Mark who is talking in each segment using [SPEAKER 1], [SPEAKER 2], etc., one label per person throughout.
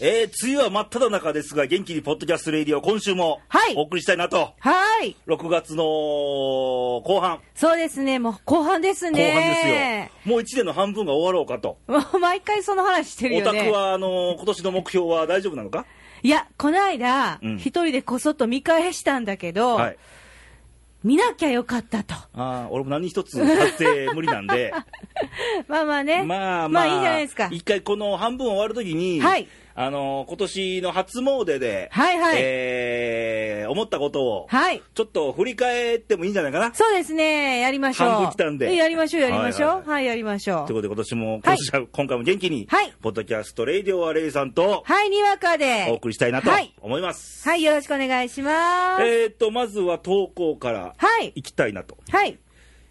[SPEAKER 1] えー、梅雨は真っ只中ですが、元気にポッドキャストレディオ、今週も
[SPEAKER 2] はい
[SPEAKER 1] お送りしたいなと、
[SPEAKER 2] はい。
[SPEAKER 1] 6月の後半、
[SPEAKER 2] そうですね。もう後半です
[SPEAKER 1] 後半ですよ、
[SPEAKER 2] ね。
[SPEAKER 1] もう1年の半分が終わろうかと、
[SPEAKER 2] もう毎回その話してる
[SPEAKER 1] オ
[SPEAKER 2] よ
[SPEAKER 1] タ
[SPEAKER 2] ね。
[SPEAKER 1] クはあのー今年の目標は大丈夫なのか、
[SPEAKER 2] いや、この間、一、
[SPEAKER 1] うん
[SPEAKER 2] 人でこそっと見返したんだけど、
[SPEAKER 1] はい、
[SPEAKER 2] 見なきゃよかったと。
[SPEAKER 1] あー俺も何一つ達成無理なんで、
[SPEAKER 2] まあまあね。
[SPEAKER 1] まあまあ、
[SPEAKER 2] いいじゃないですか。
[SPEAKER 1] 一回この半分終わるときに、
[SPEAKER 2] はい
[SPEAKER 1] あのー今年の初詣で、
[SPEAKER 2] はいはい
[SPEAKER 1] えー思ったことを、
[SPEAKER 2] はい。
[SPEAKER 1] ちょっと振り返ってもいいんじゃないかな。
[SPEAKER 2] そうですね。やりましょう。
[SPEAKER 1] 半分来たんで
[SPEAKER 2] えやりましょう、やりましょう。
[SPEAKER 1] は
[SPEAKER 2] はいい
[SPEAKER 1] はい
[SPEAKER 2] やりましょ
[SPEAKER 1] というこ
[SPEAKER 2] う。
[SPEAKER 1] とで今年も、
[SPEAKER 2] はい
[SPEAKER 1] 今年は今回も元気に、
[SPEAKER 2] はい
[SPEAKER 1] ポッドキャストレイディオアレイさんと
[SPEAKER 2] はい、にわかで。
[SPEAKER 1] お送りしたいなと
[SPEAKER 2] はい。
[SPEAKER 1] 思います。
[SPEAKER 2] はい、よろしくお願いします。
[SPEAKER 1] えーっと、まずは投稿から
[SPEAKER 2] はい。
[SPEAKER 1] いきたいなと。
[SPEAKER 2] はい。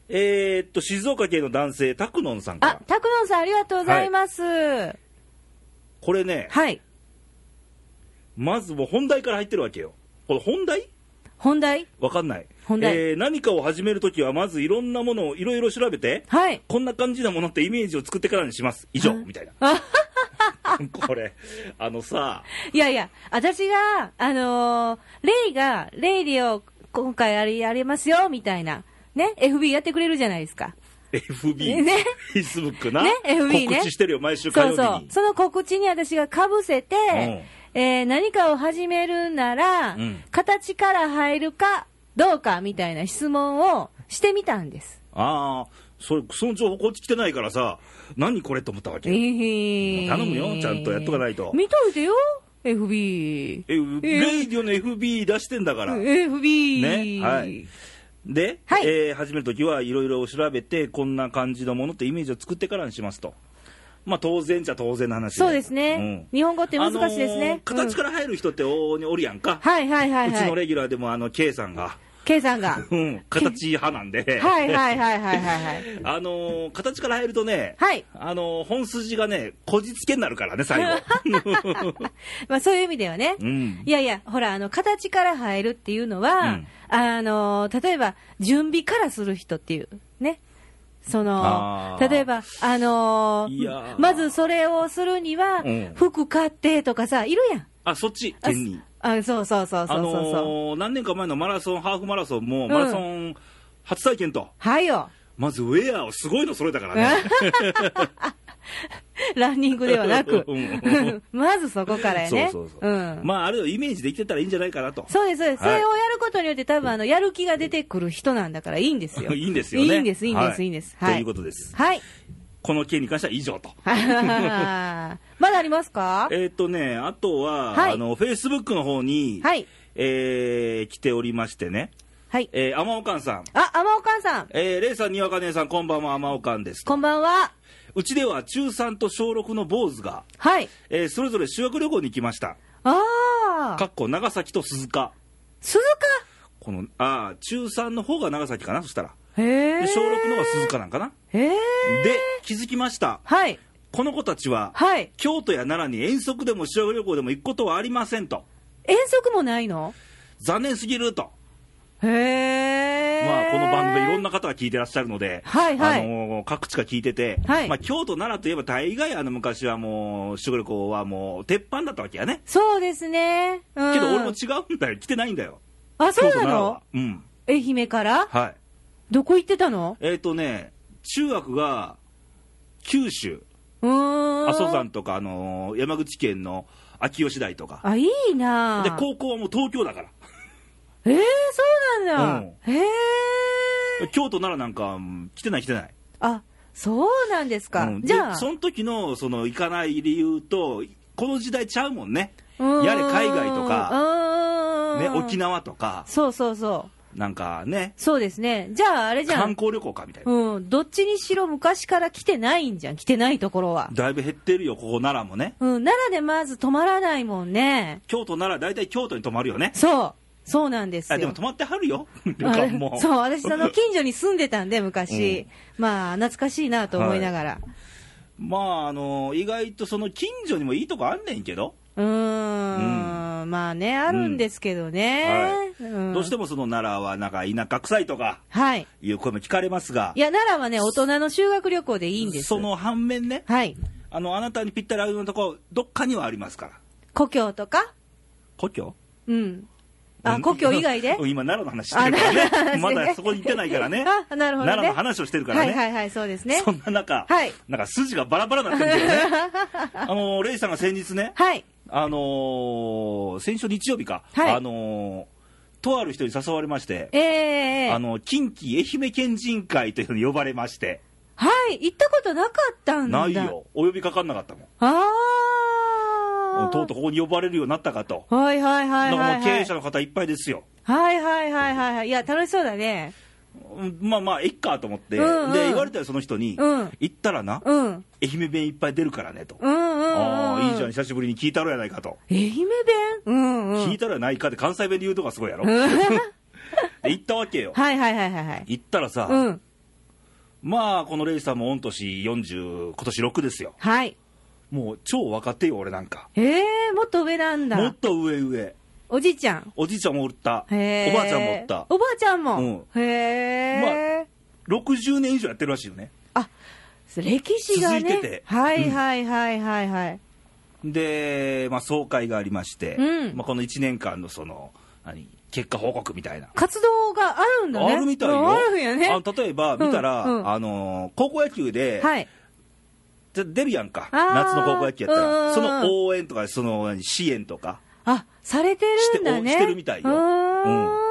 [SPEAKER 1] えーっと、静岡県の男性、タクノンさんか
[SPEAKER 2] あ
[SPEAKER 1] ら、。
[SPEAKER 2] たくのんさんありがとうございます。はい。
[SPEAKER 1] これね、まずもう本題から入ってるわけよ。これ本題
[SPEAKER 2] 本題
[SPEAKER 1] わかんない。
[SPEAKER 2] 本題
[SPEAKER 1] えー何かを始めるときは、まずいろんなものをいろいろ調べて、
[SPEAKER 2] はい。
[SPEAKER 1] こんな感じなものってイメージを作ってからにします。以上、
[SPEAKER 2] はい
[SPEAKER 1] みたいな。
[SPEAKER 2] あ
[SPEAKER 1] これ、あのさ、
[SPEAKER 2] いやいや、私が、あのーレイが、レイディを今回あれやりますよ、みたいな。ね、FB やってくれるじゃないですか。
[SPEAKER 1] FB、
[SPEAKER 2] ね
[SPEAKER 1] Facebook な、
[SPEAKER 2] ね FB ね
[SPEAKER 1] 告知してるよ、毎週火曜
[SPEAKER 2] そう
[SPEAKER 1] 日に。
[SPEAKER 2] そう。その告知に私がかぶせて、えー何かを始めるなら、
[SPEAKER 1] うん
[SPEAKER 2] 形から入るかどうかみたいな質問をしてみたんです。
[SPEAKER 1] ああ、それ、その情報こっち来てないからさ、何これと思ったわけ。
[SPEAKER 2] え
[SPEAKER 1] 頼むよちゃんとやっとかないと
[SPEAKER 2] 見といてよ、FB。
[SPEAKER 1] え、レイディオの FB 出してんだから。
[SPEAKER 2] FB。
[SPEAKER 1] ね。はい。で、
[SPEAKER 2] はい
[SPEAKER 1] えー始めるときはいろいろ調べて、こんな感じのものってイメージを作ってからにしますと。まあ当然じゃ当然の話で
[SPEAKER 2] そうですね、
[SPEAKER 1] うん
[SPEAKER 2] 日本語って難しいです
[SPEAKER 1] あのー
[SPEAKER 2] ね。
[SPEAKER 1] 形から入る人って大におるやんか。
[SPEAKER 2] うんはいはいはいう
[SPEAKER 1] ちの
[SPEAKER 2] はい。
[SPEAKER 1] レギュラーでもあの、K さんが、
[SPEAKER 2] K さんが。
[SPEAKER 1] うん、形派なんで。
[SPEAKER 2] はいはいはいはいはいはい。
[SPEAKER 1] あのー形から入るとね、
[SPEAKER 2] はい
[SPEAKER 1] あのー本筋がね、こじつけになるからね、最 後。
[SPEAKER 2] まあそういう意味ではね。
[SPEAKER 1] うん
[SPEAKER 2] いやいや、ほら、あの、形から入るっていうのは、
[SPEAKER 1] うん
[SPEAKER 2] あの、例えば、準備からする人っていう、ね。そ
[SPEAKER 1] あ
[SPEAKER 2] の、
[SPEAKER 1] ー
[SPEAKER 2] 例えば、あの
[SPEAKER 1] いやー
[SPEAKER 2] まずそれをするには、
[SPEAKER 1] うん
[SPEAKER 2] 服買ってとかさ、いるやん。
[SPEAKER 1] あ、そっち、
[SPEAKER 2] あ
[SPEAKER 1] 県に。
[SPEAKER 2] あそうそうそうそう
[SPEAKER 1] あ
[SPEAKER 2] そうそう。
[SPEAKER 1] のー何年か前のマラソン、ハーフマラソンも、
[SPEAKER 2] ん
[SPEAKER 1] マラソン初体験と、
[SPEAKER 2] はいよ。
[SPEAKER 1] まずウェアをすごいの揃えたからね。
[SPEAKER 2] ランニングではなく
[SPEAKER 1] うんうん、
[SPEAKER 2] まずそこからやね。
[SPEAKER 1] そうそうそう。
[SPEAKER 2] ん
[SPEAKER 1] まあ、あれをイメージできてたらいいんじゃないかなと。
[SPEAKER 2] そうです、そうです。そ
[SPEAKER 1] はい
[SPEAKER 2] れをやることによって、多分あの、やる気が出てくる人なんだから、いいんですよ。
[SPEAKER 1] いいんですよね。
[SPEAKER 2] いいんです、いいんで
[SPEAKER 1] は
[SPEAKER 2] す、いいんです。
[SPEAKER 1] と。
[SPEAKER 2] はいいう
[SPEAKER 1] ことです。
[SPEAKER 2] はい。
[SPEAKER 1] この件に関しては以上と。
[SPEAKER 2] まだありますか
[SPEAKER 1] えーっ、とね、あとは、
[SPEAKER 2] はい
[SPEAKER 1] あの、Facebook の方に、
[SPEAKER 2] はい。
[SPEAKER 1] えー来ておりましてね、
[SPEAKER 2] はい。
[SPEAKER 1] えー、天岡さん、
[SPEAKER 2] あ、天岡さん。
[SPEAKER 1] えー、レイさん、にわか姉さん、こんばんは、天岡ですと。
[SPEAKER 2] こんばんは。
[SPEAKER 1] うちでは中3と小6の坊主が、
[SPEAKER 2] はい。
[SPEAKER 1] えーそれぞれ修学旅行に行きました。
[SPEAKER 2] あ
[SPEAKER 1] か
[SPEAKER 2] あ。
[SPEAKER 1] っこ長崎と鈴鹿。
[SPEAKER 2] 鈴
[SPEAKER 1] この、ああ、中3の方が長崎かな、そしたら。
[SPEAKER 2] 鹿。へえ。
[SPEAKER 1] で、小6の方が鈴鹿なんかな。
[SPEAKER 2] へえ。
[SPEAKER 1] で、気づきました。
[SPEAKER 2] はい。
[SPEAKER 1] この子たちは、
[SPEAKER 2] はい。
[SPEAKER 1] 京都や奈良に遠足でも修学旅行でも行くことはありませんと。
[SPEAKER 2] 遠足もないの
[SPEAKER 1] 残念すぎると。
[SPEAKER 2] へえ。
[SPEAKER 1] まあ、この番組いろん
[SPEAKER 2] な。
[SPEAKER 1] な方が聞いてらっしゃるので、
[SPEAKER 2] はいはい
[SPEAKER 1] あのー各地が聞いてて、
[SPEAKER 2] はい
[SPEAKER 1] まあ、京都、奈良といえば大概あの昔はもう修学旅行はもう鉄板だったわけやね。
[SPEAKER 2] そうですね。うん
[SPEAKER 1] けど俺も違うんだよ。来てないんだよ。
[SPEAKER 2] あ、そう
[SPEAKER 1] 京都
[SPEAKER 2] な
[SPEAKER 1] 奈良は
[SPEAKER 2] の
[SPEAKER 1] うん。
[SPEAKER 2] 愛媛から
[SPEAKER 1] はい。
[SPEAKER 2] どこ行ってたの
[SPEAKER 1] えっ、とね、中学が九州、
[SPEAKER 2] うーん。
[SPEAKER 1] 阿蘇山とか、あのー山口県の秋吉台とか。
[SPEAKER 2] あ、いいな
[SPEAKER 1] で、高校はもう東京だから。
[SPEAKER 2] ええ、そうな
[SPEAKER 1] うんん
[SPEAKER 2] だ。へえ。
[SPEAKER 1] 京都、奈良なんか、うん来てない来てない。
[SPEAKER 2] あ、そうなんですか
[SPEAKER 1] うん。で
[SPEAKER 2] じゃあ。
[SPEAKER 1] その時の、その、行かない理由と、この時代ちゃうもんね。や
[SPEAKER 2] や
[SPEAKER 1] れ海外と
[SPEAKER 2] か
[SPEAKER 1] ね、沖
[SPEAKER 2] 縄。
[SPEAKER 1] 縄とか、
[SPEAKER 2] そうそうそう。
[SPEAKER 1] なんかね、
[SPEAKER 2] そうですね。じゃあ、あれじゃ
[SPEAKER 1] 観
[SPEAKER 2] ん。
[SPEAKER 1] 光旅行かみたいな。
[SPEAKER 2] うん。どっちにしろ昔から来てないんじゃん。来てないところは。
[SPEAKER 1] だいぶ減ってるよ、ここ奈良もね。
[SPEAKER 2] うん。奈良でまず泊まらないもんね。
[SPEAKER 1] 京都、奈良、大体京都に泊まるよね。
[SPEAKER 2] そう。そうなんです
[SPEAKER 1] あ
[SPEAKER 2] よ。
[SPEAKER 1] でも泊まってはるよ、旅
[SPEAKER 2] あ
[SPEAKER 1] 館
[SPEAKER 2] れ
[SPEAKER 1] も。
[SPEAKER 2] そう、私、その近所に住んでたんで、昔。まあ、懐かしいなと思いながら。
[SPEAKER 1] まあ、あの、意外とその近所にもいいとこあんねんけど、
[SPEAKER 2] うーん。まあね、あるんですけどね。うん
[SPEAKER 1] どうしてもその奈良はなんか田舎臭いとか
[SPEAKER 2] はい。
[SPEAKER 1] いう声も聞かれますが
[SPEAKER 2] い、や、奈良はね、大人の修学旅行でいいんです。
[SPEAKER 1] その反面ね、
[SPEAKER 2] はい。
[SPEAKER 1] あの、あなたにぴったり合うようなとこ、どっかにはありますから。
[SPEAKER 2] 故郷とか、
[SPEAKER 1] 故郷
[SPEAKER 2] うん。あ、
[SPEAKER 1] うん
[SPEAKER 2] 故郷以外 で
[SPEAKER 1] うん今、奈良の話してるからね。
[SPEAKER 2] あ奈良の
[SPEAKER 1] ま
[SPEAKER 2] 話ね
[SPEAKER 1] だそこに行ってないからね。
[SPEAKER 2] あ、なるほどね。
[SPEAKER 1] 奈良の話をしてるから
[SPEAKER 2] はい
[SPEAKER 1] ね。
[SPEAKER 2] はいはい、そうですね。
[SPEAKER 1] そんな中、
[SPEAKER 2] はい
[SPEAKER 1] なんか筋がバラバラになってるんだよね。 あのー、レイさんが先日ね、
[SPEAKER 2] はい。
[SPEAKER 1] あのー先週日曜日か、
[SPEAKER 2] はい
[SPEAKER 1] あのーとある人に誘われまして、
[SPEAKER 2] ええ
[SPEAKER 1] あの近畿愛媛県人会というのに呼ばれまして、
[SPEAKER 2] はい、行ったことなかったんだ。
[SPEAKER 1] ないよ。、お呼びかかんなかったもん
[SPEAKER 2] あ
[SPEAKER 1] も
[SPEAKER 2] あ
[SPEAKER 1] う。とうとうここに呼ばれるようになったかと、
[SPEAKER 2] はいはいはいはい、
[SPEAKER 1] だから
[SPEAKER 2] は
[SPEAKER 1] も
[SPEAKER 2] い。
[SPEAKER 1] う経営者の方いっぱいですよ、
[SPEAKER 2] はいはいはいはいはい。いや、楽しそうだね。
[SPEAKER 1] うんまあまあ、えっかと思って、
[SPEAKER 2] うんうん
[SPEAKER 1] で言われたよ、その人に、
[SPEAKER 2] うん
[SPEAKER 1] 行ったらな、
[SPEAKER 2] うん。うん
[SPEAKER 1] 愛媛弁いっぱい出るからねと、
[SPEAKER 2] うんうん、うん。
[SPEAKER 1] ああ、いいじゃん、久しぶりに聞いたろやないかと。
[SPEAKER 2] 愛媛弁うんうん。
[SPEAKER 1] 聞いたらないかって関西弁で言うとかすごい やろ、で行ったわけよ
[SPEAKER 2] はいはいはいはいはい。
[SPEAKER 1] 行ったらさ、
[SPEAKER 2] うん。
[SPEAKER 1] まあこのレイさんも御年40今年6ですよ
[SPEAKER 2] はい。
[SPEAKER 1] もう超若手よ俺なんか
[SPEAKER 2] ええもっと上なん
[SPEAKER 1] もっ
[SPEAKER 2] だ。
[SPEAKER 1] と上上
[SPEAKER 2] おじいちゃん。
[SPEAKER 1] おじいちゃんもおったお
[SPEAKER 2] へえ。
[SPEAKER 1] ばあちゃんもおった
[SPEAKER 2] おばあちゃんも。へえ。
[SPEAKER 1] 60年以上やってるらしいよね
[SPEAKER 2] あ、歴史がね。
[SPEAKER 1] 続いてて
[SPEAKER 2] はいはいはいはいはい。
[SPEAKER 1] で、まあ、総会がありまして、
[SPEAKER 2] うん
[SPEAKER 1] まあ、この1年間のその何結果報告みたいな
[SPEAKER 2] 活動があるんだね。
[SPEAKER 1] あるみたいよ
[SPEAKER 2] あるんやね。
[SPEAKER 1] あの例えば見たら、
[SPEAKER 2] うんうん
[SPEAKER 1] あの高校野球で、
[SPEAKER 2] はい。
[SPEAKER 1] で出るやんか
[SPEAKER 2] あー
[SPEAKER 1] 夏の高校野球やった
[SPEAKER 2] うんうんう
[SPEAKER 1] ら
[SPEAKER 2] ん
[SPEAKER 1] その応援とかその何支援とか
[SPEAKER 2] あ、されてるんだね。
[SPEAKER 1] しておしてるみたいよ
[SPEAKER 2] うーん
[SPEAKER 1] うん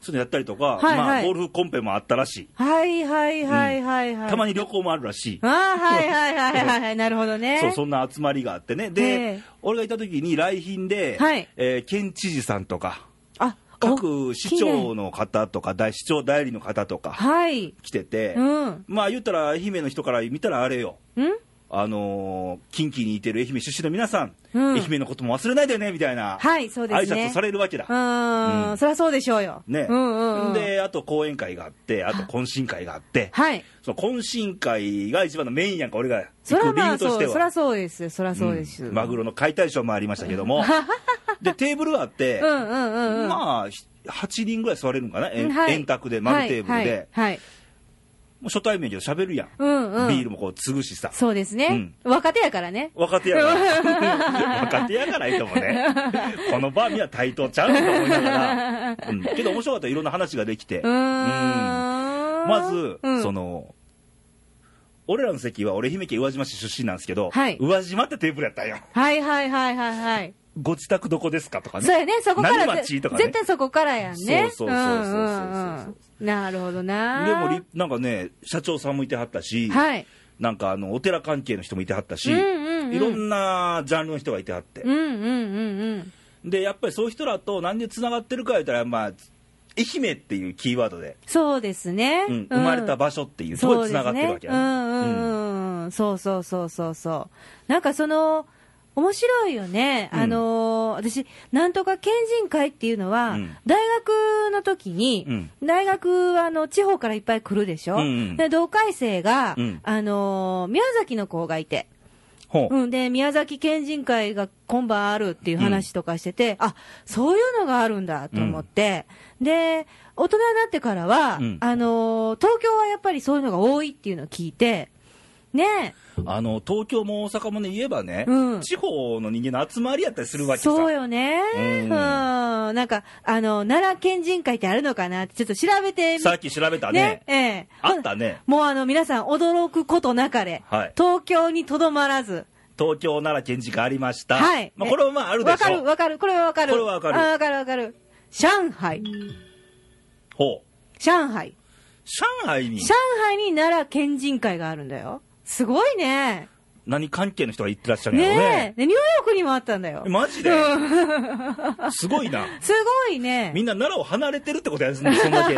[SPEAKER 1] そういうのやったりとか、
[SPEAKER 2] はい
[SPEAKER 1] ま
[SPEAKER 2] は
[SPEAKER 1] あ、
[SPEAKER 2] い
[SPEAKER 1] ゴルフコンペもあったらしい、
[SPEAKER 2] はいはいはいはいはい。
[SPEAKER 1] たまに旅行もあるらしい、
[SPEAKER 2] あーはいはいはいはいはい。なるほどね。
[SPEAKER 1] そうそんな集まりがあってねで、
[SPEAKER 2] ええ
[SPEAKER 1] 俺がいた時に来賓で、
[SPEAKER 2] はい
[SPEAKER 1] えー県知事さんとか
[SPEAKER 2] あ、
[SPEAKER 1] 各市長
[SPEAKER 2] の。
[SPEAKER 1] の方とか大市長代理の方とか
[SPEAKER 2] はい。
[SPEAKER 1] 来てて、
[SPEAKER 2] うん。
[SPEAKER 1] まあ言ったら愛媛の人から見たらあれよ
[SPEAKER 2] うん
[SPEAKER 1] あのー近畿にいてる愛媛出身の皆さん、
[SPEAKER 2] うん
[SPEAKER 1] 愛媛のことも忘れないでねみたいな
[SPEAKER 2] はい、そうで
[SPEAKER 1] 挨
[SPEAKER 2] すね。
[SPEAKER 1] 拶されるわけだ、
[SPEAKER 2] うー
[SPEAKER 1] うん
[SPEAKER 2] ん、そりゃそうでしょうよ。
[SPEAKER 1] ね、
[SPEAKER 2] うんうんうん。、
[SPEAKER 1] であと講演会があってあと懇親会があって
[SPEAKER 2] はい。
[SPEAKER 1] その懇親会が一番のメインやんか俺が
[SPEAKER 2] そ
[SPEAKER 1] 行
[SPEAKER 2] ら
[SPEAKER 1] く理
[SPEAKER 2] ま
[SPEAKER 1] 由
[SPEAKER 2] あ、
[SPEAKER 1] とし
[SPEAKER 2] そ
[SPEAKER 1] て
[SPEAKER 2] う、そ
[SPEAKER 1] は
[SPEAKER 2] らそうです。そらそうです。
[SPEAKER 1] うんマグロの解体ショーもありましたけど もでテーブルがあって、
[SPEAKER 2] うんうんうんうん。
[SPEAKER 1] まあひ8人ぐらい座れるのかな、
[SPEAKER 2] う
[SPEAKER 1] 円
[SPEAKER 2] んはい
[SPEAKER 1] 円卓で丸テーブルで、
[SPEAKER 2] はい。はいはい。
[SPEAKER 1] もう初対面やけど喋るやん、
[SPEAKER 2] うんうん。
[SPEAKER 1] ビールもこう継ぐしさ
[SPEAKER 2] そうですね。若手やからね。
[SPEAKER 1] 若手やから 若手やからいいともねこのバーミは対等ちゃうと思いながら、うんけど面白かったいろんな話ができて、
[SPEAKER 2] うーん。
[SPEAKER 1] まず、
[SPEAKER 2] うん
[SPEAKER 1] その俺らの席は俺愛媛県宇和島市出身なんですけど、
[SPEAKER 2] はい
[SPEAKER 1] 宇和島ってテーブルやったんよ
[SPEAKER 2] はいはいはいはいはい。
[SPEAKER 1] ご自宅どこですかとかね
[SPEAKER 2] そうやね、そこから
[SPEAKER 1] 何
[SPEAKER 2] ぜ、
[SPEAKER 1] 町とかね
[SPEAKER 2] 絶対そこからやんね。
[SPEAKER 1] そうそうそうそうそうそう
[SPEAKER 2] うんうんなるほどな。
[SPEAKER 1] でもりなんかね社長さんもいてはったし、
[SPEAKER 2] はい。
[SPEAKER 1] なんかあのお寺関係の人もいてはったし、
[SPEAKER 2] うんうんうん
[SPEAKER 1] いろんなジャンルの人がいてはって
[SPEAKER 2] う、んうんうんうん。
[SPEAKER 1] でやっぱりそういう人らと何でつながってるか言ったらまあ愛媛っていうキーワードで、
[SPEAKER 2] そうですね。
[SPEAKER 1] うん生まれた場所っていうところでつながってるわけや
[SPEAKER 2] そうですね
[SPEAKER 1] ね
[SPEAKER 2] うんうんうん。そうそうそうそうそう。なんかその、面白いよね。
[SPEAKER 1] うん
[SPEAKER 2] あのー私、なんとか県人会っていうのは、
[SPEAKER 1] うん
[SPEAKER 2] 大学の時に、大学はあの地方からいっぱい来るでしょ。
[SPEAKER 1] うんうん
[SPEAKER 2] で同回生が、
[SPEAKER 1] うん
[SPEAKER 2] あのー宮崎の子がいて、
[SPEAKER 1] ほう
[SPEAKER 2] うん、で宮崎県人会が今晩あるっていう話とかしてて、あそういうのがあるんだと思って、で大人になってからは、
[SPEAKER 1] うん
[SPEAKER 2] あのー東京はやっぱりそういうのが多いっていうのを聞いて、ね
[SPEAKER 1] あの東京も大阪もね言えばね、
[SPEAKER 2] うん
[SPEAKER 1] 地方の人間の集まりやったりするわけさ
[SPEAKER 2] そうよね、
[SPEAKER 1] う
[SPEAKER 2] うんん、なんかあの奈良県人会ってあるのかなって、ちょっと調べてみ
[SPEAKER 1] さっき調べたね
[SPEAKER 2] ねええ
[SPEAKER 1] あったね
[SPEAKER 2] もうあの皆さん、驚くことなかれ、
[SPEAKER 1] はい
[SPEAKER 2] 東京にとどまらず。
[SPEAKER 1] 東京奈良県知事がありました、
[SPEAKER 2] はい。
[SPEAKER 1] まあ、これはまああるで
[SPEAKER 2] わ
[SPEAKER 1] し
[SPEAKER 2] かる、
[SPEAKER 1] ょう
[SPEAKER 2] わかる、これはわかる。
[SPEAKER 1] これはわかる
[SPEAKER 2] あわかる、わかる。上海。
[SPEAKER 1] ほう
[SPEAKER 2] 上海。
[SPEAKER 1] 上海に
[SPEAKER 2] 上海に奈良県人会があるんだよ。すごいね。
[SPEAKER 1] 何関係の人が行ってらっしゃるんやろう
[SPEAKER 2] ね
[SPEAKER 1] ね
[SPEAKER 2] え。でニューヨークにもあったんだよ。
[SPEAKER 1] マジで
[SPEAKER 2] うん
[SPEAKER 1] すごいな
[SPEAKER 2] すごいね。
[SPEAKER 1] みんな奈良を離れてるってことや ですねそんだけ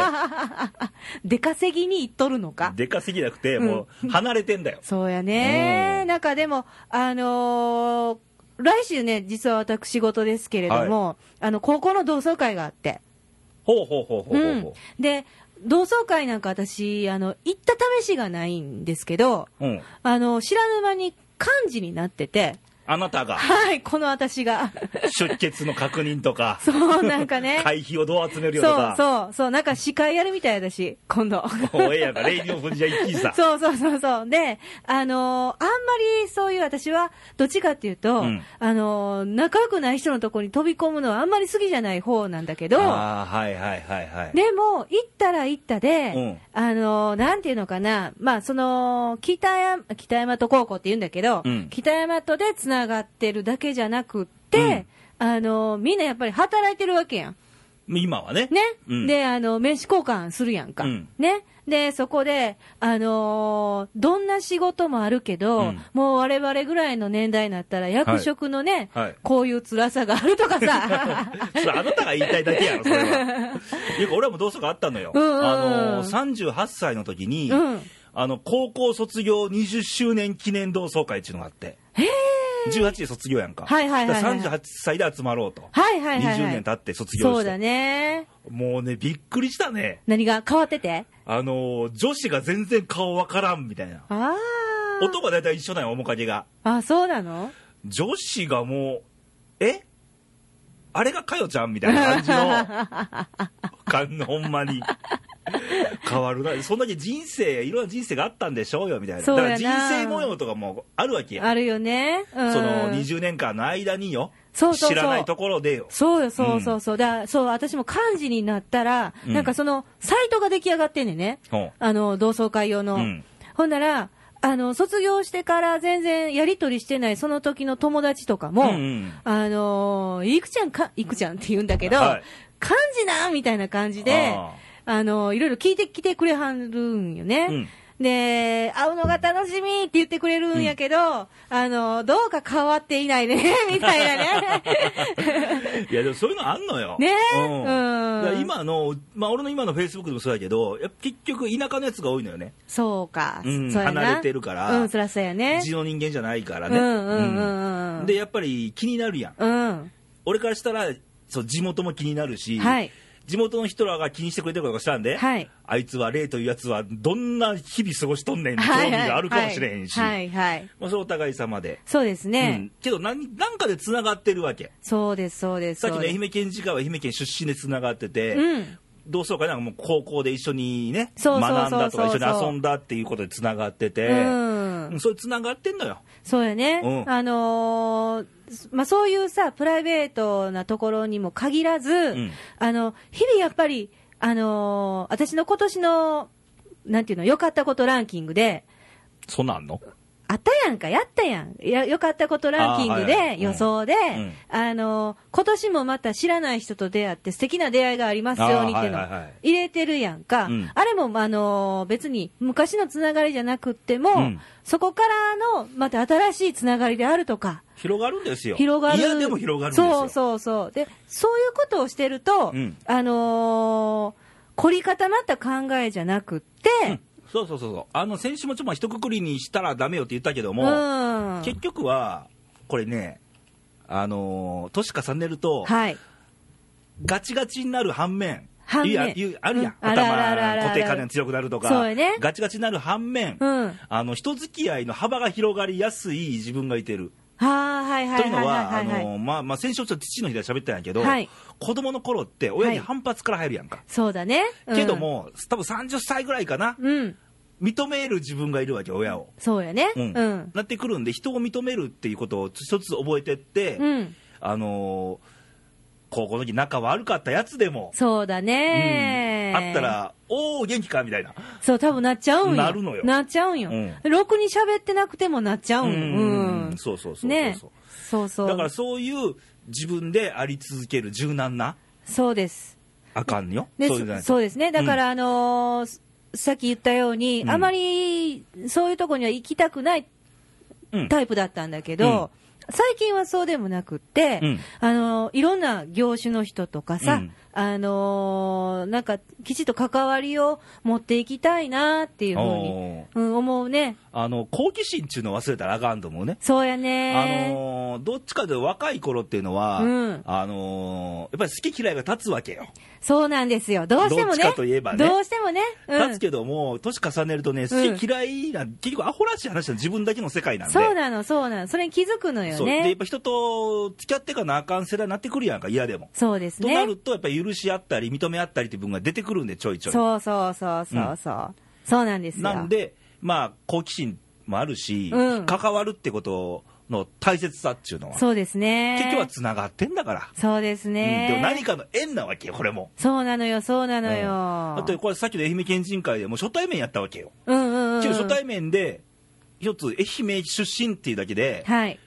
[SPEAKER 2] 出稼ぎに行っとるのか。
[SPEAKER 1] でかすぎなくてもう離れてんだよ、
[SPEAKER 2] そうやね
[SPEAKER 1] う。ん
[SPEAKER 2] なんかでも、あのー来週ね、実は私仕事ですけれども、あの、高校の同窓会があって。
[SPEAKER 1] ほうほうほうほうほうほう、
[SPEAKER 2] うん、で、同窓会なんか私、あの、行った試しがないんですけど、
[SPEAKER 1] うん
[SPEAKER 2] あの、知らぬ間に幹事になってて、
[SPEAKER 1] あなたが
[SPEAKER 2] はい、この私が。
[SPEAKER 1] 出血の確認とか、
[SPEAKER 2] そう、なんかね。
[SPEAKER 1] 会費をどう集めるよと
[SPEAKER 2] そう
[SPEAKER 1] か、
[SPEAKER 2] そう、そう、なんか司会やるみたいだし、今 度。
[SPEAKER 1] もうええやんか、レイディオ・フジャ一気にさ、
[SPEAKER 2] そうそうそうそう。で、あのーあんまりそういう私は、どっちかっていうと、
[SPEAKER 1] うん
[SPEAKER 2] あのー仲良くない人のところに飛び込むのはあんまり好きじゃない方なんだけど、
[SPEAKER 1] あーはいはいはいはい、
[SPEAKER 2] でも、行ったら行ったで、
[SPEAKER 1] うん
[SPEAKER 2] あのーなんていうのかな、まあ、その、北山、北山と高校って言うんだけど、
[SPEAKER 1] うん
[SPEAKER 2] 北山とでつながってるだけじゃなくって、あのーみんなやっぱり働いてるわけやん。
[SPEAKER 1] 今はね、
[SPEAKER 2] ね、
[SPEAKER 1] うん
[SPEAKER 2] であの名刺交換するやんか、
[SPEAKER 1] うん
[SPEAKER 2] ね、でそこで、あのーどんな仕事もあるけど、
[SPEAKER 1] うん
[SPEAKER 2] もう我々ぐらいの年代になったら、役職のね、
[SPEAKER 1] はい
[SPEAKER 2] こういう辛さがあるとかさ、
[SPEAKER 1] それあなたが言いたいだけやろ、それは。いや俺はもうどうしようかあったのよ、
[SPEAKER 2] うんうんうん
[SPEAKER 1] あの38歳の時に、
[SPEAKER 2] うん、
[SPEAKER 1] あの高校卒業20周年記念同窓会っていうのがあって、18で卒業やんか、
[SPEAKER 2] はいはいはいはい
[SPEAKER 1] だから38歳で集まろうと、
[SPEAKER 2] はいはいはい、
[SPEAKER 1] 20
[SPEAKER 2] は
[SPEAKER 1] 年
[SPEAKER 2] い
[SPEAKER 1] 経って卒業して、
[SPEAKER 2] そうだね、
[SPEAKER 1] もうね、びっくりしたね、
[SPEAKER 2] 何が変わってて、
[SPEAKER 1] あの女子が全然顔わからんみたいな、
[SPEAKER 2] あー
[SPEAKER 1] 男は大体一緒なんよ、面影が。
[SPEAKER 2] あ、そうなの
[SPEAKER 1] 女子がもう、えあれがかよちゃんみたいな感じ の、感のほんまに。変わるな。そんだけ人生、いろんな人生があったんでしょうよ、みたいな。
[SPEAKER 2] そ
[SPEAKER 1] だ
[SPEAKER 2] う
[SPEAKER 1] か
[SPEAKER 2] や
[SPEAKER 1] ら
[SPEAKER 2] な
[SPEAKER 1] 人生模様とかもあるわけや。
[SPEAKER 2] あるよね、うん
[SPEAKER 1] その20年間の間によ、
[SPEAKER 2] そうそうそう
[SPEAKER 1] 知らないところでよ。
[SPEAKER 2] そうよ、そうそうそう、だからそう私も幹事になったら、
[SPEAKER 1] うん
[SPEAKER 2] なんかそのサイトが出来上がってんねんね。
[SPEAKER 1] うん
[SPEAKER 2] あの同窓会用の、
[SPEAKER 1] うん
[SPEAKER 2] ほんならあの、卒業してから全然やり取りしてないその時の友達とかも、
[SPEAKER 1] うんうん
[SPEAKER 2] あのーいくちゃんか、いくちゃんって言うんだけど、
[SPEAKER 1] はい
[SPEAKER 2] 漢字なんみたいな感じで、
[SPEAKER 1] あ
[SPEAKER 2] あのーいろいろ聞いてきてくれはるんよね。
[SPEAKER 1] うん
[SPEAKER 2] で、会うのが楽しみって言ってくれるんやけど、あのーどうか変わっていないね、 みたいなね。
[SPEAKER 1] いや、でも そういうのあんのよ。
[SPEAKER 2] ねえ
[SPEAKER 1] うん
[SPEAKER 2] うん
[SPEAKER 1] だから今の、まあ俺の今のフェイスブックでもそうだけど、やっぱ結局田舎のやつが多いのよね。
[SPEAKER 2] そうか、
[SPEAKER 1] うん
[SPEAKER 2] そうやな
[SPEAKER 1] 離れてるから
[SPEAKER 2] うん、そらそうやね。
[SPEAKER 1] 地の人間じゃないから
[SPEAKER 2] うん
[SPEAKER 1] ね。
[SPEAKER 2] うんうんう
[SPEAKER 1] うん
[SPEAKER 2] ん。
[SPEAKER 1] で、やっぱり気になるやん。
[SPEAKER 2] うん。
[SPEAKER 1] 俺からしたらそう地元も気になるし、
[SPEAKER 2] はい
[SPEAKER 1] 地元の人らが気にしてくれてることかしたんで、
[SPEAKER 2] はい
[SPEAKER 1] あいつは霊というやつはどんな日々過ごしとんねんって興
[SPEAKER 2] はい
[SPEAKER 1] 味
[SPEAKER 2] はい
[SPEAKER 1] があるかもしれへんし、
[SPEAKER 2] はいはいはい
[SPEAKER 1] まあ、それお互い様で、
[SPEAKER 2] そうですね、
[SPEAKER 1] うん、けど何なんかでつながってるわけ
[SPEAKER 2] そうですそうです
[SPEAKER 1] さっきの
[SPEAKER 2] そうです
[SPEAKER 1] 愛媛県自会は愛媛県出身でつながってて、
[SPEAKER 2] うん
[SPEAKER 1] 同窓会なんかもう高校で一緒にね
[SPEAKER 2] そうそうそうそ
[SPEAKER 1] 学
[SPEAKER 2] う
[SPEAKER 1] んだとか一緒に遊んだっていうことでつながってて、
[SPEAKER 2] うん
[SPEAKER 1] うんそれつながってんのよ
[SPEAKER 2] そうやね、
[SPEAKER 1] うん
[SPEAKER 2] あのーまあ、そういうさ、プライベートなところにも限らず、
[SPEAKER 1] ん
[SPEAKER 2] あの日々やっぱり、あのー私の今年のなんていうの、良かったことランキングで、
[SPEAKER 1] そんなんあんの
[SPEAKER 2] あったやんか、やったやん、や良かったことランキング
[SPEAKER 1] あーはいはい
[SPEAKER 2] で、予想で、
[SPEAKER 1] うん
[SPEAKER 2] あのー今年もまた知らない人と出会って、素敵な出会いがありますようにっていうの
[SPEAKER 1] あーはいはいはい
[SPEAKER 2] 入れてるやんか、
[SPEAKER 1] うん
[SPEAKER 2] あれも、あのー別に昔のつながりじゃなくっても、
[SPEAKER 1] うん
[SPEAKER 2] そこからのまた新しいつながりであるとか。
[SPEAKER 1] 広がるんですよ
[SPEAKER 2] 広がる。
[SPEAKER 1] いやでも広がるんですよ
[SPEAKER 2] そうそうそう。で、そういうことをしてると、
[SPEAKER 1] うん
[SPEAKER 2] あのー凝り固まった考えじゃなくって、
[SPEAKER 1] そうそうそうそうあの先週もちょっとまあ一括りにしたらダメよって言ったけど
[SPEAKER 2] う
[SPEAKER 1] も、
[SPEAKER 2] ん。
[SPEAKER 1] 結局はこれねあのー年重ねると、
[SPEAKER 2] はい。
[SPEAKER 1] ガチガチになる反面
[SPEAKER 2] 反面
[SPEAKER 1] いやいやあるやん、
[SPEAKER 2] うんあるあるあるある
[SPEAKER 1] 頭固定観念強くなるとか
[SPEAKER 2] そうやね
[SPEAKER 1] ガチガチになる反面、
[SPEAKER 2] うん。は
[SPEAKER 1] あの人付き合いの幅が広がりやすい自分がいてる、
[SPEAKER 2] あ、はいはいは
[SPEAKER 1] と
[SPEAKER 2] いは
[SPEAKER 1] いう
[SPEAKER 2] い
[SPEAKER 1] の
[SPEAKER 2] は
[SPEAKER 1] は、あ
[SPEAKER 2] い、
[SPEAKER 1] の
[SPEAKER 2] はい。
[SPEAKER 1] ーまあまあ、先週ちょっと父の日で喋ったんやけど、
[SPEAKER 2] はい
[SPEAKER 1] 子供の頃って親に反発から入るやんか、
[SPEAKER 2] そうだね。うん
[SPEAKER 1] けど。も多分30歳ぐらいかな
[SPEAKER 2] うん。
[SPEAKER 1] 認める自分がいるわけ親を、
[SPEAKER 2] そうやね。
[SPEAKER 1] う
[SPEAKER 2] うんん。
[SPEAKER 1] なってくるんで人を認めるっていうことを一つ覚えてって、
[SPEAKER 2] うん。
[SPEAKER 1] あのー高校の時仲悪かったやつでも、
[SPEAKER 2] そうだ
[SPEAKER 1] う
[SPEAKER 2] ね、
[SPEAKER 1] んあった。ら「おお元気か」みたいな
[SPEAKER 2] そう、多分なっちゃうんよ。
[SPEAKER 1] なるのよ
[SPEAKER 2] なっちゃうんよ。
[SPEAKER 1] う
[SPEAKER 2] ろくに喋ってなくてもなっちゃうんよ。うん。
[SPEAKER 1] そうそうそうそう、
[SPEAKER 2] ねそうそう。
[SPEAKER 1] だからそういう自分であり続ける柔軟な
[SPEAKER 2] そうです。
[SPEAKER 1] あかんよ、
[SPEAKER 2] で
[SPEAKER 1] そういうじゃな
[SPEAKER 2] そ
[SPEAKER 1] い
[SPEAKER 2] そうですね、だから、あのーすさっき言ったように、
[SPEAKER 1] うん
[SPEAKER 2] あまりそういうとこには行きたくない
[SPEAKER 1] うん
[SPEAKER 2] タイプだったんだけど、最近はそうでもなくって、
[SPEAKER 1] うん
[SPEAKER 2] あのーいろんな業種の人とかさ、
[SPEAKER 1] うん
[SPEAKER 2] あのーなんかきちっと関わりを持っていきたいなっていうふうに、
[SPEAKER 1] おー
[SPEAKER 2] うん、思うね、
[SPEAKER 1] あの好奇心っていうのを忘れたらあかんと思うね
[SPEAKER 2] そうや
[SPEAKER 1] あ
[SPEAKER 2] ね、
[SPEAKER 1] のーどっちかというと若い頃っていうのは、
[SPEAKER 2] うん
[SPEAKER 1] あのーやっぱり好き嫌いが立つわけよ、
[SPEAKER 2] そうなんですよ、どうしても
[SPEAKER 1] どっ
[SPEAKER 2] ね、
[SPEAKER 1] ちかといえばね
[SPEAKER 2] どうしてもね、うん
[SPEAKER 1] 立つけども年重ねるとね
[SPEAKER 2] うん
[SPEAKER 1] 好き嫌いな、結局アホらしい話は自分だけの世界なんで
[SPEAKER 2] そうなの、そうなの、それに気づくのよね。
[SPEAKER 1] そう
[SPEAKER 2] よ
[SPEAKER 1] でやっ
[SPEAKER 2] ね。
[SPEAKER 1] ぱ人と付き合ってかなあかん世代になってくるやんか、嫌でも。
[SPEAKER 2] そうです
[SPEAKER 1] と
[SPEAKER 2] ね。
[SPEAKER 1] なると、やっぱり許し合ったり、認め合ったりっていう部分が出てくるんで、ちょいちょい。
[SPEAKER 2] そうそうそうそうそう。そうなんですよ。
[SPEAKER 1] なんで、まあ、好奇心もあるし、
[SPEAKER 2] うん
[SPEAKER 1] 関わるってことの大切さっていうのは、
[SPEAKER 2] そうですね。
[SPEAKER 1] 結局はつながってんだから、
[SPEAKER 2] そうです
[SPEAKER 1] うん、でも
[SPEAKER 2] ね
[SPEAKER 1] 何。かの縁なわけよ、これも。
[SPEAKER 2] そうなのよ、そうなのよ。
[SPEAKER 1] だってこれ、さっきの愛媛県人会でもう初対面やったわけよ。
[SPEAKER 2] うんうんうん。
[SPEAKER 1] けど初対面で、一つ、愛媛出身っていうだけで、
[SPEAKER 2] はい。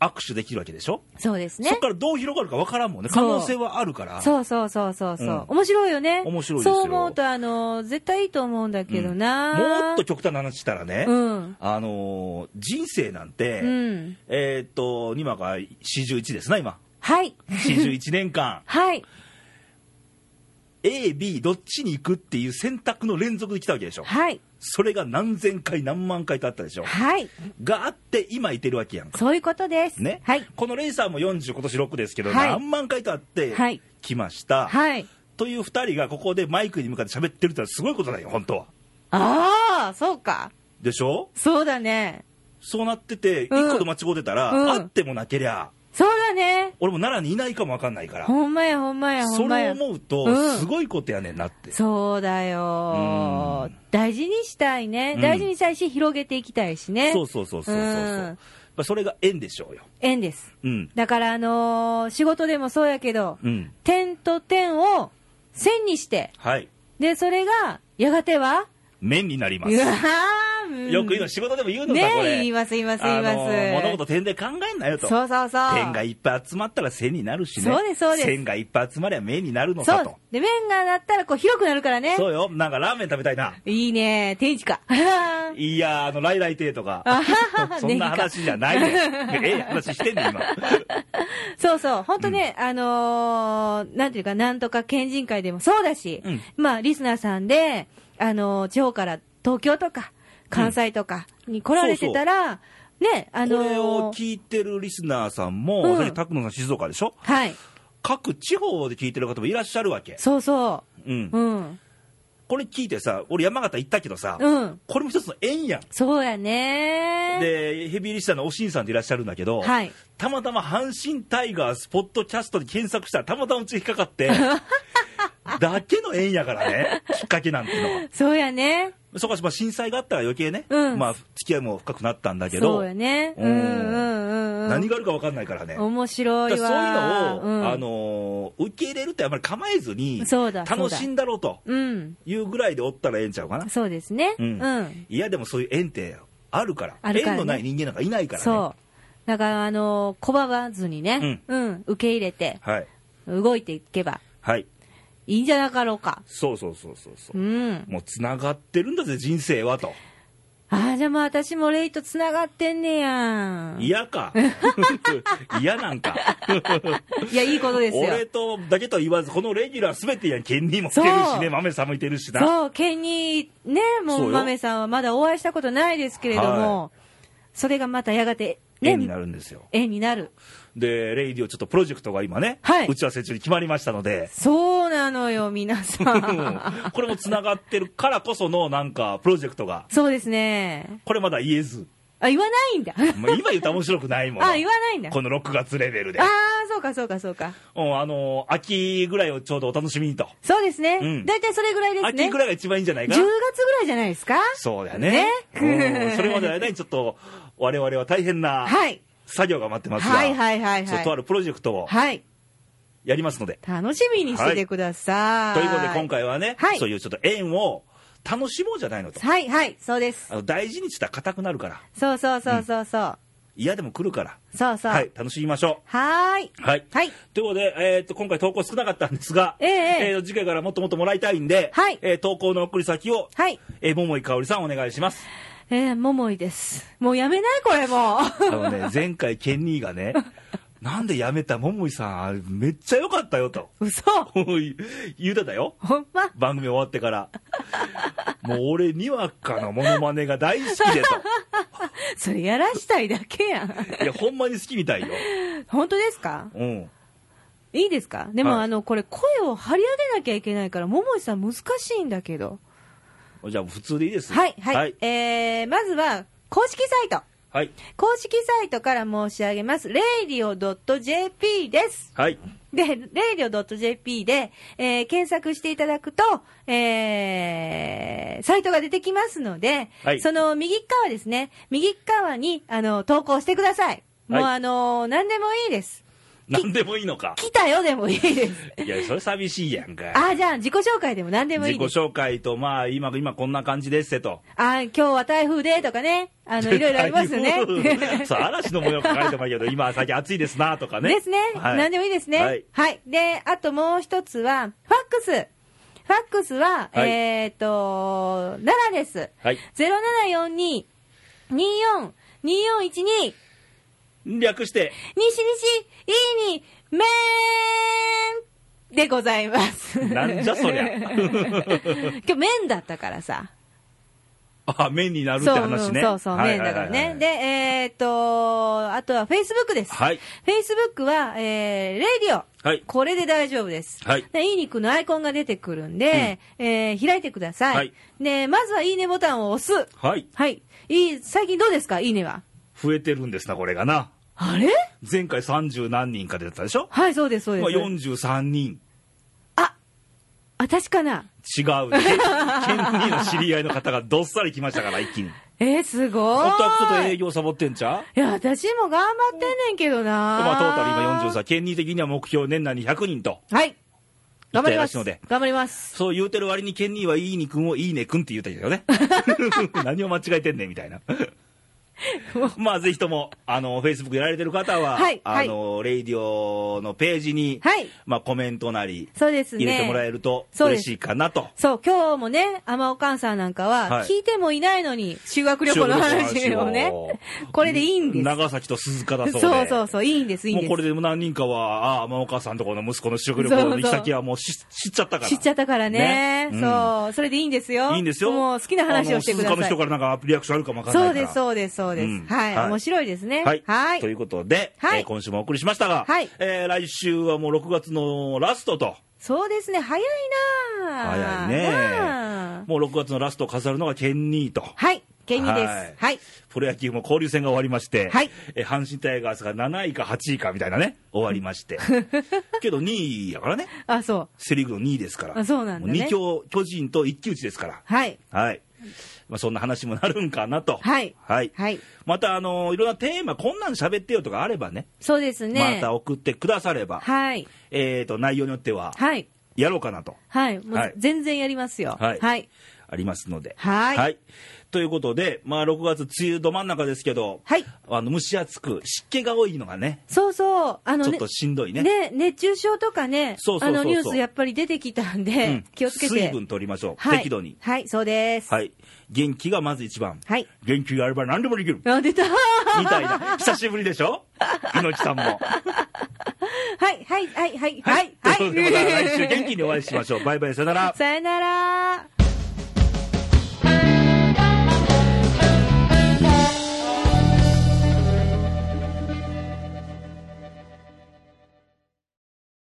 [SPEAKER 1] 握手できるわけでしょ、
[SPEAKER 2] そうです
[SPEAKER 1] そ
[SPEAKER 2] ね
[SPEAKER 1] こ。からどう広がるかわからんもんね、可
[SPEAKER 2] そう
[SPEAKER 1] 能性はあるから。
[SPEAKER 2] そうそうそうそうそう、
[SPEAKER 1] うん
[SPEAKER 2] 面白いよね。
[SPEAKER 1] 面白いですよ
[SPEAKER 2] そう思うと、あの、絶対いいと思うんだけどな、
[SPEAKER 1] もっと極端な話したらね、
[SPEAKER 2] うん。
[SPEAKER 1] あのー人生なんて、
[SPEAKER 2] うん。
[SPEAKER 1] えーっと、今が41ですな、今。
[SPEAKER 2] はい。。
[SPEAKER 1] 41年間
[SPEAKER 2] はい。
[SPEAKER 1] A、B、どっちに行くっていう選択の連続で来たわけでしょ。
[SPEAKER 2] はい。
[SPEAKER 1] それが何千回何万回とあったでしょ。
[SPEAKER 2] はい。
[SPEAKER 1] があって、今いてるわけやんか。
[SPEAKER 2] そういうことです。
[SPEAKER 1] ね。
[SPEAKER 2] はい。
[SPEAKER 1] このレイサーも40、今年6ですけど、
[SPEAKER 2] はい
[SPEAKER 1] 何万回とあって、
[SPEAKER 2] はい
[SPEAKER 1] 来ました。
[SPEAKER 2] はい。
[SPEAKER 1] という2人がここでマイクに向かって喋ってるってのはすごいことだよ、本当は。
[SPEAKER 2] ああ、そうか。
[SPEAKER 1] でしょ
[SPEAKER 2] そうだね。
[SPEAKER 1] そうなってて、一個で間違うてたら、
[SPEAKER 2] うん
[SPEAKER 1] あってもなけりゃ、
[SPEAKER 2] そうだね。
[SPEAKER 1] 俺も奈良にいないかもわかんないから、
[SPEAKER 2] ほんまや、ほんまや、ほ
[SPEAKER 1] そ
[SPEAKER 2] んま
[SPEAKER 1] れを
[SPEAKER 2] や。
[SPEAKER 1] 思う
[SPEAKER 2] う
[SPEAKER 1] と、
[SPEAKER 2] ん
[SPEAKER 1] すごいことやねんなって。
[SPEAKER 2] そうだよ
[SPEAKER 1] うん。
[SPEAKER 2] 大事にしたいね。
[SPEAKER 1] うん
[SPEAKER 2] 大事にしたいし、広げていきたいしね。
[SPEAKER 1] そうそうそうそうそうそう。
[SPEAKER 2] うん
[SPEAKER 1] やっぱそれが縁でしょうよ。
[SPEAKER 2] 縁です。
[SPEAKER 1] うん。
[SPEAKER 2] だから、あのー仕事でもそうやけど、
[SPEAKER 1] うん。
[SPEAKER 2] 点と点を線にして、
[SPEAKER 1] はい。
[SPEAKER 2] で、それが、やがては、
[SPEAKER 1] 面になりま
[SPEAKER 2] う
[SPEAKER 1] す。
[SPEAKER 2] わ
[SPEAKER 1] よ
[SPEAKER 2] ー
[SPEAKER 1] く言うの、
[SPEAKER 2] し
[SPEAKER 1] 仕事でも言うの
[SPEAKER 2] ね
[SPEAKER 1] さ、こ
[SPEAKER 2] 言い
[SPEAKER 1] れ。
[SPEAKER 2] ます、言います、言
[SPEAKER 1] あ
[SPEAKER 2] います。
[SPEAKER 1] のー物事点で考えんなよと。
[SPEAKER 2] そうそうそう。
[SPEAKER 1] 点がいっぱい集まったら線になるしね。
[SPEAKER 2] そうですそうです
[SPEAKER 1] 線がいっぱい集まりゃ面になるの
[SPEAKER 2] そ
[SPEAKER 1] さ
[SPEAKER 2] う
[SPEAKER 1] と。。
[SPEAKER 2] で、面がなったら、こう、広くなるからね。
[SPEAKER 1] そうよ。なんかラーメン食べたいな。
[SPEAKER 2] いいね。天一か。
[SPEAKER 1] いやー、あの、ライライ亭とか
[SPEAKER 2] あは は。
[SPEAKER 1] そんな話じゃないで。ええ話してんねん、今。
[SPEAKER 2] そうそう。本当ね、あのーなんていうか、なんとか県人会でもそうだし、
[SPEAKER 1] うん
[SPEAKER 2] まあ、リスナーさんで、あのー地方から東京とか、関西とかに来られてたら、ね、 あの
[SPEAKER 1] これを
[SPEAKER 2] ー
[SPEAKER 1] 聞いてるリスナーさんも、
[SPEAKER 2] うん
[SPEAKER 1] さっき拓野さん静岡でしょ
[SPEAKER 2] はい。
[SPEAKER 1] 各地方で聞いてる方もいらっしゃるわけ。
[SPEAKER 2] そうそ
[SPEAKER 1] うん
[SPEAKER 2] う。。うん。
[SPEAKER 1] これ聞いてさ、俺山形行ったけどさ、
[SPEAKER 2] うん。
[SPEAKER 1] これも一つの縁やん。
[SPEAKER 2] そうやね。
[SPEAKER 1] で、ヘビーリスナーのおしんさんっていらっしゃるんだけど、
[SPEAKER 2] はい。
[SPEAKER 1] たまたま阪神タイガースポッドキャストで検索したらたまたまうちに引っかか って、だけの縁やからね、きっかけなんてのは。
[SPEAKER 2] そうやね。
[SPEAKER 1] そこはまあ震災があったら余計ね、
[SPEAKER 2] うん
[SPEAKER 1] まあ付き合いも深くなったんだけ
[SPEAKER 2] そ
[SPEAKER 1] ど
[SPEAKER 2] う、やね。
[SPEAKER 1] うん
[SPEAKER 2] うんうんうんうん。
[SPEAKER 1] 何があるか分かんないからね。
[SPEAKER 2] 面白い
[SPEAKER 1] だ
[SPEAKER 2] わ。
[SPEAKER 1] からそういうのを、
[SPEAKER 2] ん
[SPEAKER 1] あ、のー受け入れるってあまり構えずに、
[SPEAKER 2] そうだそうだ
[SPEAKER 1] 楽しんだろうと
[SPEAKER 2] うん。
[SPEAKER 1] いうぐらいでおったらええんちゃうかな。
[SPEAKER 2] そうですね。
[SPEAKER 1] う
[SPEAKER 2] うんん。
[SPEAKER 1] いや、でもそういう縁ってあるから、
[SPEAKER 2] あるから
[SPEAKER 1] 縁
[SPEAKER 2] ね
[SPEAKER 1] のない人間なんかいないからね。
[SPEAKER 2] そう。だから、あのー拒まずにね、うん、受け入れて、
[SPEAKER 1] はい。
[SPEAKER 2] 動いていけば
[SPEAKER 1] はい。
[SPEAKER 2] いいんじゃなかろうか。
[SPEAKER 1] そうそうそうそうそうう。
[SPEAKER 2] ん。
[SPEAKER 1] もうつながってるんだぜ、人生はと。
[SPEAKER 2] ああ、じゃあもう私もレイと繋がってんねやん。い
[SPEAKER 1] 嫌 か。嫌なんか。
[SPEAKER 2] や、いいことですよ。
[SPEAKER 1] 俺とだけとは言わず、このレギュラーすべてやん、県にも来てるし
[SPEAKER 2] そ
[SPEAKER 1] ね、
[SPEAKER 2] う
[SPEAKER 1] 豆さんもいてるしな。
[SPEAKER 2] そう、県に、ね、
[SPEAKER 1] そう
[SPEAKER 2] も
[SPEAKER 1] よ
[SPEAKER 2] う、豆さんはまだお会いしたことないですけれども、それがまたやがて、ね、
[SPEAKER 1] 縁になるんですよ。
[SPEAKER 2] 絵になる。
[SPEAKER 1] で、レイディオちょっとプロジェクトが今ね、
[SPEAKER 2] はい
[SPEAKER 1] 打ち合わせ中に決まりましたので、
[SPEAKER 2] そうなのよ、皆さん。
[SPEAKER 1] これもつながってるからこそのなんかプロジェクトが、
[SPEAKER 2] そうですね。
[SPEAKER 1] これまだ言えず、
[SPEAKER 2] あ、言わない んだ。
[SPEAKER 1] まあ今言ったら面白くないもん。
[SPEAKER 2] あ、言わないんだ。あ
[SPEAKER 1] この6月レベルで。
[SPEAKER 2] あー、そうか、そうか、そうか。
[SPEAKER 1] うん、あのー秋ぐらいをちょうどお楽しみにと。
[SPEAKER 2] そうですね。
[SPEAKER 1] うん
[SPEAKER 2] だいたいそれぐらいですね。
[SPEAKER 1] 秋ぐらいが一番いいんじゃない
[SPEAKER 2] 10
[SPEAKER 1] か
[SPEAKER 2] 月
[SPEAKER 1] な
[SPEAKER 2] ぐ。らいじゃないですか
[SPEAKER 1] そうだよね。
[SPEAKER 2] ね
[SPEAKER 1] うんそれまでの間にちょっと、我々は大変な
[SPEAKER 2] はい。
[SPEAKER 1] 作業が待ってますが、
[SPEAKER 2] はいはいはいはい
[SPEAKER 1] ちょっととあるプロジェクトを
[SPEAKER 2] はい。
[SPEAKER 1] やりますので。
[SPEAKER 2] 楽しみにしててください。
[SPEAKER 1] ということで今回はね、
[SPEAKER 2] はい
[SPEAKER 1] そういうちょっと縁を楽しもうじゃないのと。
[SPEAKER 2] はいはい、そうです
[SPEAKER 1] あ。の大事にしたら硬くなるから、
[SPEAKER 2] そうそうそうそうそう。
[SPEAKER 1] 嫌でも来るから、
[SPEAKER 2] そうそう。
[SPEAKER 1] はい、楽しみましょ
[SPEAKER 2] はーい。
[SPEAKER 1] う。はい。
[SPEAKER 2] はい。
[SPEAKER 1] ということで、えーっと、今回投稿少なかったんですが、
[SPEAKER 2] ええええ
[SPEAKER 1] ー次回からもっともっともらいたいんで、
[SPEAKER 2] はい
[SPEAKER 1] えー投稿の送り先を、
[SPEAKER 2] はい。
[SPEAKER 1] えー、桃井かおりさんお願いします。
[SPEAKER 2] えー、桃井です。もうやめないこれもう。
[SPEAKER 1] あ のね、前回ケンニーがね、なんで辞めた桃井さん、あれめっちゃ良かったよと、
[SPEAKER 2] 嘘。
[SPEAKER 1] 言うてたよ。
[SPEAKER 2] ほんま。
[SPEAKER 1] 番組終わってから。もう俺にわかのモノマネが大好きで
[SPEAKER 2] それやらしたいだけやん。
[SPEAKER 1] と。いや、ほんまに好きみたいよ。
[SPEAKER 2] 本当ですか
[SPEAKER 1] うん。
[SPEAKER 2] いいですかでも、
[SPEAKER 1] はい
[SPEAKER 2] あの、これ声を張り上げなきゃいけないから、桃井さん難しいんだけど。
[SPEAKER 1] じゃあ普通でいいです。
[SPEAKER 2] はい、はい。
[SPEAKER 1] はい。
[SPEAKER 2] えー、まずは、公式サイト。
[SPEAKER 1] はい。
[SPEAKER 2] 公式サイトから申し上げます。radio.jp です。
[SPEAKER 1] はい。
[SPEAKER 2] で、radio.jp で、えー検索していただくと、えーサイトが出てきますので、
[SPEAKER 1] はい
[SPEAKER 2] その右側ですね、右側に、あの、投稿してください。もう、
[SPEAKER 1] はい
[SPEAKER 2] あの何でもいいです。
[SPEAKER 1] なんでもいいのか。
[SPEAKER 2] 来たよでもいい です。
[SPEAKER 1] いや、それ寂しいやんか。
[SPEAKER 2] あ、じゃあ、自己紹介でも何でもい
[SPEAKER 1] 自
[SPEAKER 2] い
[SPEAKER 1] 己
[SPEAKER 2] です。
[SPEAKER 1] 紹介と、まあ、今、今こんな感じですってと。
[SPEAKER 2] あ、今日は台風でとかね、あ の、いろいろありますよね。
[SPEAKER 1] そう、嵐の模様書かれてもいいけど、今、最近暑いですな、とかね。
[SPEAKER 2] ですね。
[SPEAKER 1] はい
[SPEAKER 2] 何でもいいですね。
[SPEAKER 1] は
[SPEAKER 2] はいい。で、あともう一つは、ファックス。ファックスは、
[SPEAKER 1] はい
[SPEAKER 2] えっ、と、7です。
[SPEAKER 1] はい。
[SPEAKER 2] 0742-24-2412
[SPEAKER 1] 略して、
[SPEAKER 2] 西西いいにめーんでございます。
[SPEAKER 1] なんじゃそりゃ
[SPEAKER 2] 今日麺だったからさ。
[SPEAKER 1] あ、面になるって
[SPEAKER 2] そう
[SPEAKER 1] 話ね。
[SPEAKER 2] そうそう、
[SPEAKER 1] はい
[SPEAKER 2] 麺だから
[SPEAKER 1] はいはい
[SPEAKER 2] ね
[SPEAKER 1] は。い
[SPEAKER 2] で、えっ、と、あとは Facebook です。
[SPEAKER 1] はい。
[SPEAKER 2] Facebook は、えー、レディオ。
[SPEAKER 1] はい。
[SPEAKER 2] これで大丈夫です。
[SPEAKER 1] はい
[SPEAKER 2] で、いい肉のアイコンが出てくるんで、えー開いてください。
[SPEAKER 1] はい
[SPEAKER 2] で、まずはいいねボタンを押す。
[SPEAKER 1] はい。
[SPEAKER 2] はい。いい、最近どうですかいいねは。
[SPEAKER 1] 増えてるんですな、これがな。
[SPEAKER 2] あれ
[SPEAKER 1] 前回30何人かでだったでしょ
[SPEAKER 2] はい、そうです、そうで
[SPEAKER 1] 今
[SPEAKER 2] す。
[SPEAKER 1] 43人。
[SPEAKER 2] あ、私かな。
[SPEAKER 1] 違うね。県人の知り合いの方がどっさり来ましたから、一気に。
[SPEAKER 2] えー、すご
[SPEAKER 1] 本当はちょっと
[SPEAKER 2] ーい。
[SPEAKER 1] 営
[SPEAKER 2] い
[SPEAKER 1] 業サボってんちゃう
[SPEAKER 2] や、私も頑張ってんねんけどな。
[SPEAKER 1] まあ、トータル今43。県人的には目標年内に100人と。
[SPEAKER 2] はい。頑張りま
[SPEAKER 1] 言ったら
[SPEAKER 2] す。
[SPEAKER 1] しいので
[SPEAKER 2] 頑張ります。
[SPEAKER 1] そう言うてる割に県人はいいにくんをいいねくんって言うたけど ね。何を間違えてんねんみたいな。まあぜひとも、あの、Facebook やられてる方は、
[SPEAKER 2] はい
[SPEAKER 1] あの、レイディオのページに、
[SPEAKER 2] はい
[SPEAKER 1] まあコメントなり、
[SPEAKER 2] そうですね。
[SPEAKER 1] 入れてもらえると
[SPEAKER 2] そうで
[SPEAKER 1] 嬉
[SPEAKER 2] す
[SPEAKER 1] しいかなと。
[SPEAKER 2] そう、今日もね、天おかんさんなんかは、
[SPEAKER 1] はい
[SPEAKER 2] 聞いてもいないのに、修学旅行の話をね、これでいいんです。
[SPEAKER 1] 長崎と鈴鹿だそうで。
[SPEAKER 2] そうそうそう、いいんです、いいん
[SPEAKER 1] も
[SPEAKER 2] で
[SPEAKER 1] う
[SPEAKER 2] す。
[SPEAKER 1] これで何人かは、ああ、まあお母さんとこの息子の修学旅行の行き先はもうし知っちゃったから。
[SPEAKER 2] 知っちゃったからね
[SPEAKER 1] ねうん
[SPEAKER 2] そう、それでいいんですよ。
[SPEAKER 1] いいんですよ。
[SPEAKER 2] もう好きな話をしてくだ
[SPEAKER 1] あの
[SPEAKER 2] さ
[SPEAKER 1] 鈴鹿の人
[SPEAKER 2] い。
[SPEAKER 1] からなんかアプリアクションあるかもわかんない
[SPEAKER 2] そ
[SPEAKER 1] か
[SPEAKER 2] うで
[SPEAKER 1] ら。
[SPEAKER 2] す、そうです、そうです。
[SPEAKER 1] うん
[SPEAKER 2] はい、
[SPEAKER 1] はい
[SPEAKER 2] 面白いですね。
[SPEAKER 1] はい。
[SPEAKER 2] はい
[SPEAKER 1] ということで、
[SPEAKER 2] はい
[SPEAKER 1] えー今週もお送りしましたが、
[SPEAKER 2] はい
[SPEAKER 1] えー来週はもう6月のラストと、
[SPEAKER 2] そうですね、早いなぁ
[SPEAKER 1] 早いね
[SPEAKER 2] なぁ
[SPEAKER 1] もう6月のラストを飾るのがケンニーと。
[SPEAKER 2] はい、ケニーです。
[SPEAKER 1] は
[SPEAKER 2] はいい。
[SPEAKER 1] プロ野球も交流戦が終わりまして、
[SPEAKER 2] はい
[SPEAKER 1] えー阪神タイガースが7位か8位かみたいなね、終わりま して。けど2位やからね、
[SPEAKER 2] あ、そう。
[SPEAKER 1] セ・リーグの2位ですから、
[SPEAKER 2] あそうなんだね
[SPEAKER 1] も2強、巨人と一騎打ちですから、
[SPEAKER 2] はい。
[SPEAKER 1] はいまあ、そんな話もなるんかなと、
[SPEAKER 2] はい
[SPEAKER 1] はい
[SPEAKER 2] はい。
[SPEAKER 1] また、あのーいろんなテーマ、こんなん喋ってよとかあればね、
[SPEAKER 2] そうですね。
[SPEAKER 1] また送ってくだされば、
[SPEAKER 2] はい。
[SPEAKER 1] えー、と内容によっては
[SPEAKER 2] はい。
[SPEAKER 1] やろうかなと、
[SPEAKER 2] はい。も
[SPEAKER 1] はいう
[SPEAKER 2] 全然やりますよ。
[SPEAKER 1] はい
[SPEAKER 2] はい。
[SPEAKER 1] ありますので。
[SPEAKER 2] はい
[SPEAKER 1] ということで、まあ、6月、梅雨ど真ん中ですけど、
[SPEAKER 2] はい
[SPEAKER 1] あの蒸し暑く、湿気が多いのがね、
[SPEAKER 2] そうそう。あの
[SPEAKER 1] ちょっ
[SPEAKER 2] ね
[SPEAKER 1] としんどいね。
[SPEAKER 2] ね、熱中症とかね、
[SPEAKER 1] そうそうそうそう
[SPEAKER 2] あのニュースやっぱり出てきたん
[SPEAKER 1] う
[SPEAKER 2] で、
[SPEAKER 1] ん
[SPEAKER 2] 気をつけて。
[SPEAKER 1] 水分取りましょう、
[SPEAKER 2] はい、
[SPEAKER 1] 適度に。
[SPEAKER 2] はい、そうです。
[SPEAKER 1] はい、元気がまず一番、
[SPEAKER 2] はい
[SPEAKER 1] 元気があれば何でもできる。
[SPEAKER 2] あ、出たは
[SPEAKER 1] みたいな。 久しぶりでしょ猪木さんも。
[SPEAKER 2] い、はい、はい、はい、はい、
[SPEAKER 1] と
[SPEAKER 2] は
[SPEAKER 1] いうことでまた来週
[SPEAKER 2] い。
[SPEAKER 1] 元気にお会いしましょう。バイバイ、さよなら。
[SPEAKER 2] さよなら。